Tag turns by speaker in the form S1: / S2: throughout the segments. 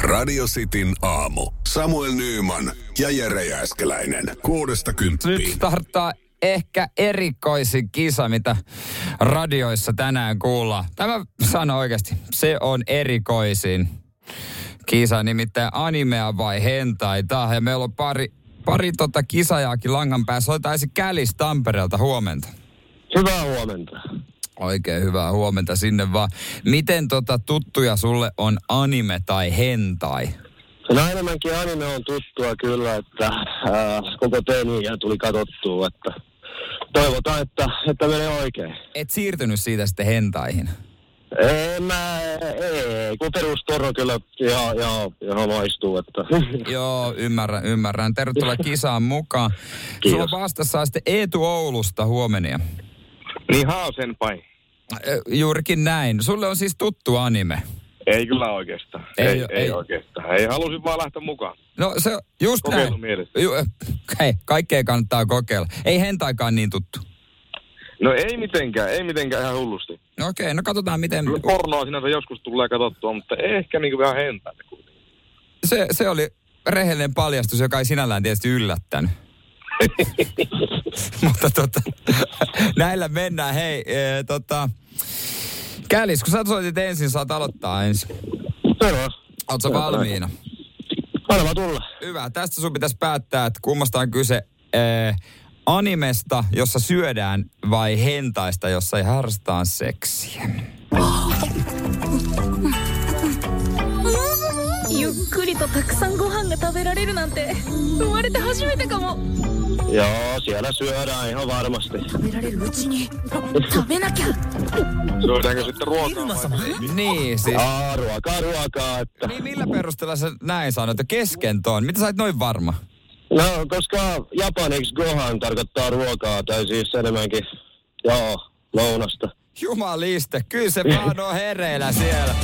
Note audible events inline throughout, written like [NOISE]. S1: Radio Cityn aamu. Samuel Nyyman ja Jere Jääskeläinen. Kuudesta
S2: Nyt
S1: kymppiin.
S2: starttaa ehkä erikoisin kisa, mitä radioissa tänään kuullaan. Tämä sano oikeasti, se on erikoisin kisa, nimittäin animea vai hentaita. Ja meillä on pari, pari tota kisajaakin langan päässä. Otaisi Kälis Tampereelta huomenta.
S3: Hyvää huomenta.
S2: Oikein hyvää huomenta sinne vaan. Miten tota tuttuja sulle on anime tai hentai?
S3: No enemmänkin anime on tuttua kyllä, että ää, koko teini tuli katsottua, että toivotaan, että, että menee oikein.
S2: Et siirtynyt siitä sitten hentaihin?
S3: Ei, mä, ei, kun perustoro kyllä ihan, ihan, ihan maistuu,
S4: [LAUGHS]
S3: että
S2: Joo, ymmärrän, ymmärrän. Tervetuloa kisaan mukaan.
S3: Kiitos.
S2: Sulla vastassa on sitten Eetu Oulusta huomenia.
S4: Niin haasenpai.
S2: Ö, Juurikin näin. Sulle on siis tuttu anime.
S4: Ei kyllä oikeastaan.
S2: Ei
S4: Ei, ei,
S2: oo- ei.
S4: ei oikeastaan. Ei halusin vaan lähteä mukaan.
S2: No se just
S4: Kokeilu
S2: näin.
S4: mielessä.
S2: Ju, ö, hei, kaikkea kannattaa kokeilla. Ei hentaikaan niin tuttu.
S4: No ei mitenkään, ei mitenkään ihan hullusti.
S2: No okei, okay, no katsotaan miten...
S4: Kyllä Pornoa sinänsä joskus tulee katsottua, mutta ehkä niinku vähän hentäinen kuitenkin.
S2: Se, se oli rehellinen paljastus, joka ei sinällään tietysti yllättänyt. Mutta tota, näillä mennään. Hei, ee, tota, Kälis, kun sä soitit ensin, saat aloittaa ensin.
S3: Terve.
S2: Oletko valmiina?
S3: Anna vaan tulla.
S2: Hyvä. Tästä sun pitäisi päättää, että kummasta on kyse ee, animesta, jossa syödään, vai hentaista, jossa ei harrastaan seksiä.
S5: ゆっくりとたくさんご飯が食べられるなんて生まれて初めてかも
S3: Joo, siellä syödään ihan varmasti.
S5: 食べられるうちに食べなきゃ
S4: Syödäänkö sitten ruokaa vai?
S2: Niin, siis.
S3: Aa, ruokaa, ruokaa, että...
S2: Niin, millä perusteella sä näin sanoit, että kesken ton? Mitä sä et noin varma?
S3: No, koska japaniksi gohan tarkoittaa ruokaa, tai siis enemmänkin, joo, lounasta.
S2: Jumaliste, kyllä se vaan on hereillä siellä.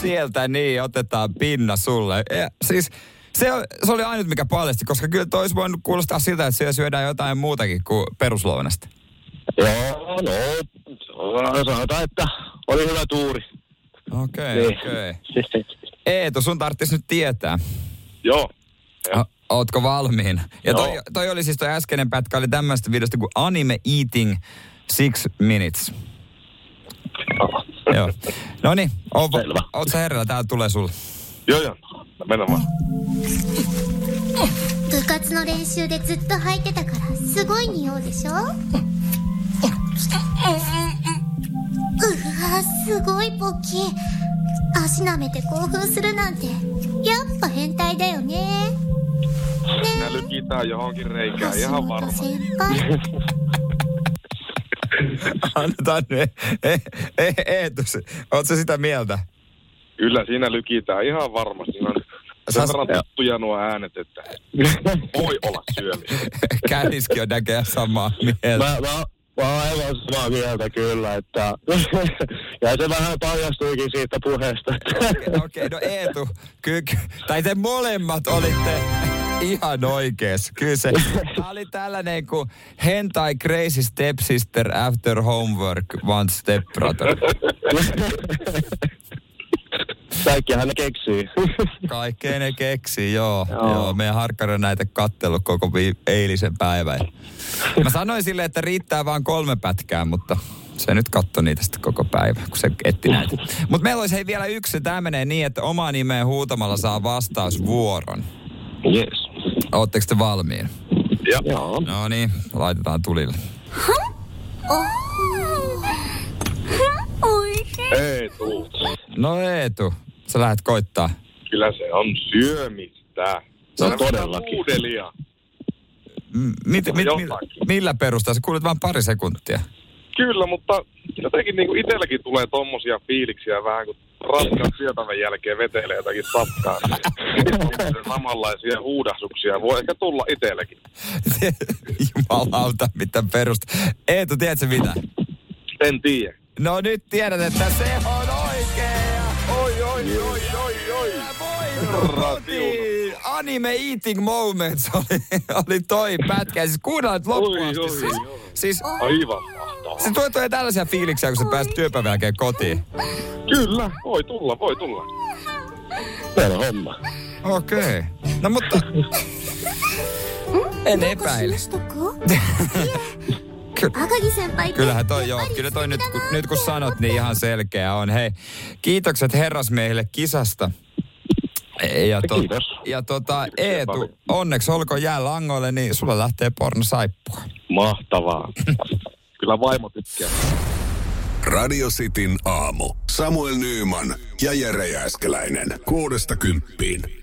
S2: Sieltä niin, otetaan pinna sulle. Ja, siis se, on- se oli ainut, mikä paljasti, koska kyllä toi olisi voinut kuulostaa siltä, että siellä syödään jotain muutakin kuin peruslounasta.
S3: Joo, no, sanotaan, että oli hyvä tuuri.
S2: Okei,
S3: Niin.
S2: okay, okei. Okay. Eetu, sun tarvitsisi nyt tietää.
S4: [LAUGHS] Joo.
S2: O- Ootko valmiin? Ja toi,
S4: Joo.
S2: toi oli siis toi äskeinen pätkä, oli tämmöistä videosta kuin Anime Eating Six Minutes. Joo. No niin,
S3: Selvä.
S2: oot sä herrellä, tää tulee sulle.
S4: Joo joo. Mennään vaan.
S6: 部活の練習でずっと履いてたからすごい匂うでしょうわすごいポッキー足舐めて興奮するなんてやっぱ変態だよねね
S4: Nää lykitaan johonkin
S3: [LAUGHS]
S6: え
S4: reikään
S6: 橋
S4: ihan
S6: 本
S4: varmasti.
S6: 先 [LAUGHS] 輩
S2: Annetaan nyt e- e- e- Eetu, se- oot sä sitä mieltä? [LAUGHS]
S4: Kyllä siinä lykitaan ihan varmasti. Ne on
S2: Sä-
S4: sen verran tuttuja nuo äänet, että voi olla
S2: [LAUGHS]
S4: syömistä.
S2: Käniskin on näköjään samaa mieltä.
S3: Mä, mä, mä oon aivan samaa mieltä kyllä, että [LAUGHS] ja se vähän paljastuikin siitä puheesta.
S2: Okei, okay, no Eetu, ky- ky- tai te molemmat olitte ihan oikees. Kyllä se, tää oli tällainen kuin Hentai Crazy Stepsister After Homework One Step Brother.
S3: Kaikkihan ne keksii.
S2: Kaikkea ne keksii, joo. joo.
S3: Joo.
S2: joo meidän harkkari on näitä kattellut koko vi- eilisen päivän. Mä sanoin sille, että riittää vaan kolme pätkää, mutta se nyt katsoi niitä sitten koko päivä, kun se etti näitä. Mutta meillä olisi hei vielä yksi. Tämä menee niin, että oma nimeä huutamalla saa vastausvuoron.
S3: Yes.
S2: Ootteko te valmiin?
S3: Joo.
S2: No niin, laitetaan tulille.
S5: [LAUGHS] おいしい
S4: Ei tuu.
S2: No Eetu, sä lähdet koittaa.
S4: Kyllä se on syömistä.
S3: No
S4: Se on
S3: todellakin.
S4: Puudelia.
S2: M- mit, mit, mit,
S4: Jotakin.
S2: millä perustaa? Sä kuulet vain pari sekuntia.
S4: Kyllä, mutta jotenkin niin itselläkin tulee tommosia fiiliksiä vähän kuin raskaan syötävän jälkeen vetelee jotakin sapkaa. Tommosia samanlaisia huudahduksia voi ehkä tulla itselläkin.
S2: Jumalauta, mitä perusta. Eetu, tiedätkö mitä?
S4: En tiedä.
S2: No nyt tiedät, että se on oikein. Oi, oi, oi, oi, oi. Voi Anime Eating Moments oli, oli toi pätkä. Siis kuunnellaan nyt loppuun
S4: Oi,
S2: asti.
S4: oi,
S2: Siis,
S4: oi.
S2: siis
S4: Aivan mahtavaa. intoa.
S2: Se tulee tulee tällaisia fiiliksiä, kun sä pääset työpäivän jälkeen kotiin.
S4: Kyllä, voi tulla, voi tulla.
S3: Meillä on homma.
S2: Okei. Okay. No mutta... En
S6: どうかしましたか
S2: Ky-
S6: 赤木先輩って
S2: Kyllähän toi
S6: や
S2: joo,
S6: っぱり
S2: kyllä
S6: 素
S2: toi
S6: 敵
S2: nyt,
S6: だ
S2: kun,
S6: な
S2: nyt kun
S6: って思っ
S2: sanot,
S6: て
S2: niin ihan selkeä on. Hei, kiitokset herrasmiehille kisasta. Ja, to,
S3: Kiitos.
S2: ja tota,
S4: Kiitoksia
S2: Eetu,
S4: paljon.
S2: onneksi olkoon jää langoille, niin sulla lähtee porno saippua.
S4: Mahtavaa. Kyllä vaimo tykkää.
S1: Radio Cityn aamu. Samuel Nyyman ja Jere Jääskeläinen. Kuudesta kymppiin.